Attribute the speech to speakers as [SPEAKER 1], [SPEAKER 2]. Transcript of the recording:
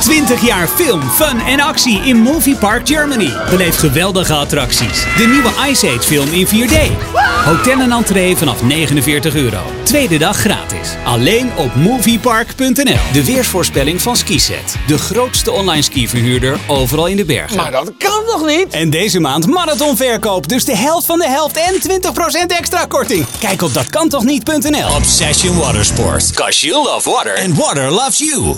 [SPEAKER 1] 20 jaar film, fun en actie in Movie Park Germany. Beleef geweldige attracties. De nieuwe Ice Age film in 4D. Hotel en entree vanaf 49 euro. Tweede dag gratis. Alleen op moviepark.nl. De weersvoorspelling van Skiset. De grootste online skiverhuurder overal in de bergen.
[SPEAKER 2] Maar dat kan toch niet?
[SPEAKER 1] En deze maand marathonverkoop. Dus de helft van de helft en 20% extra korting. Kijk op datkantochniet.nl.
[SPEAKER 3] Obsession Watersport. Cause you love water and water loves you.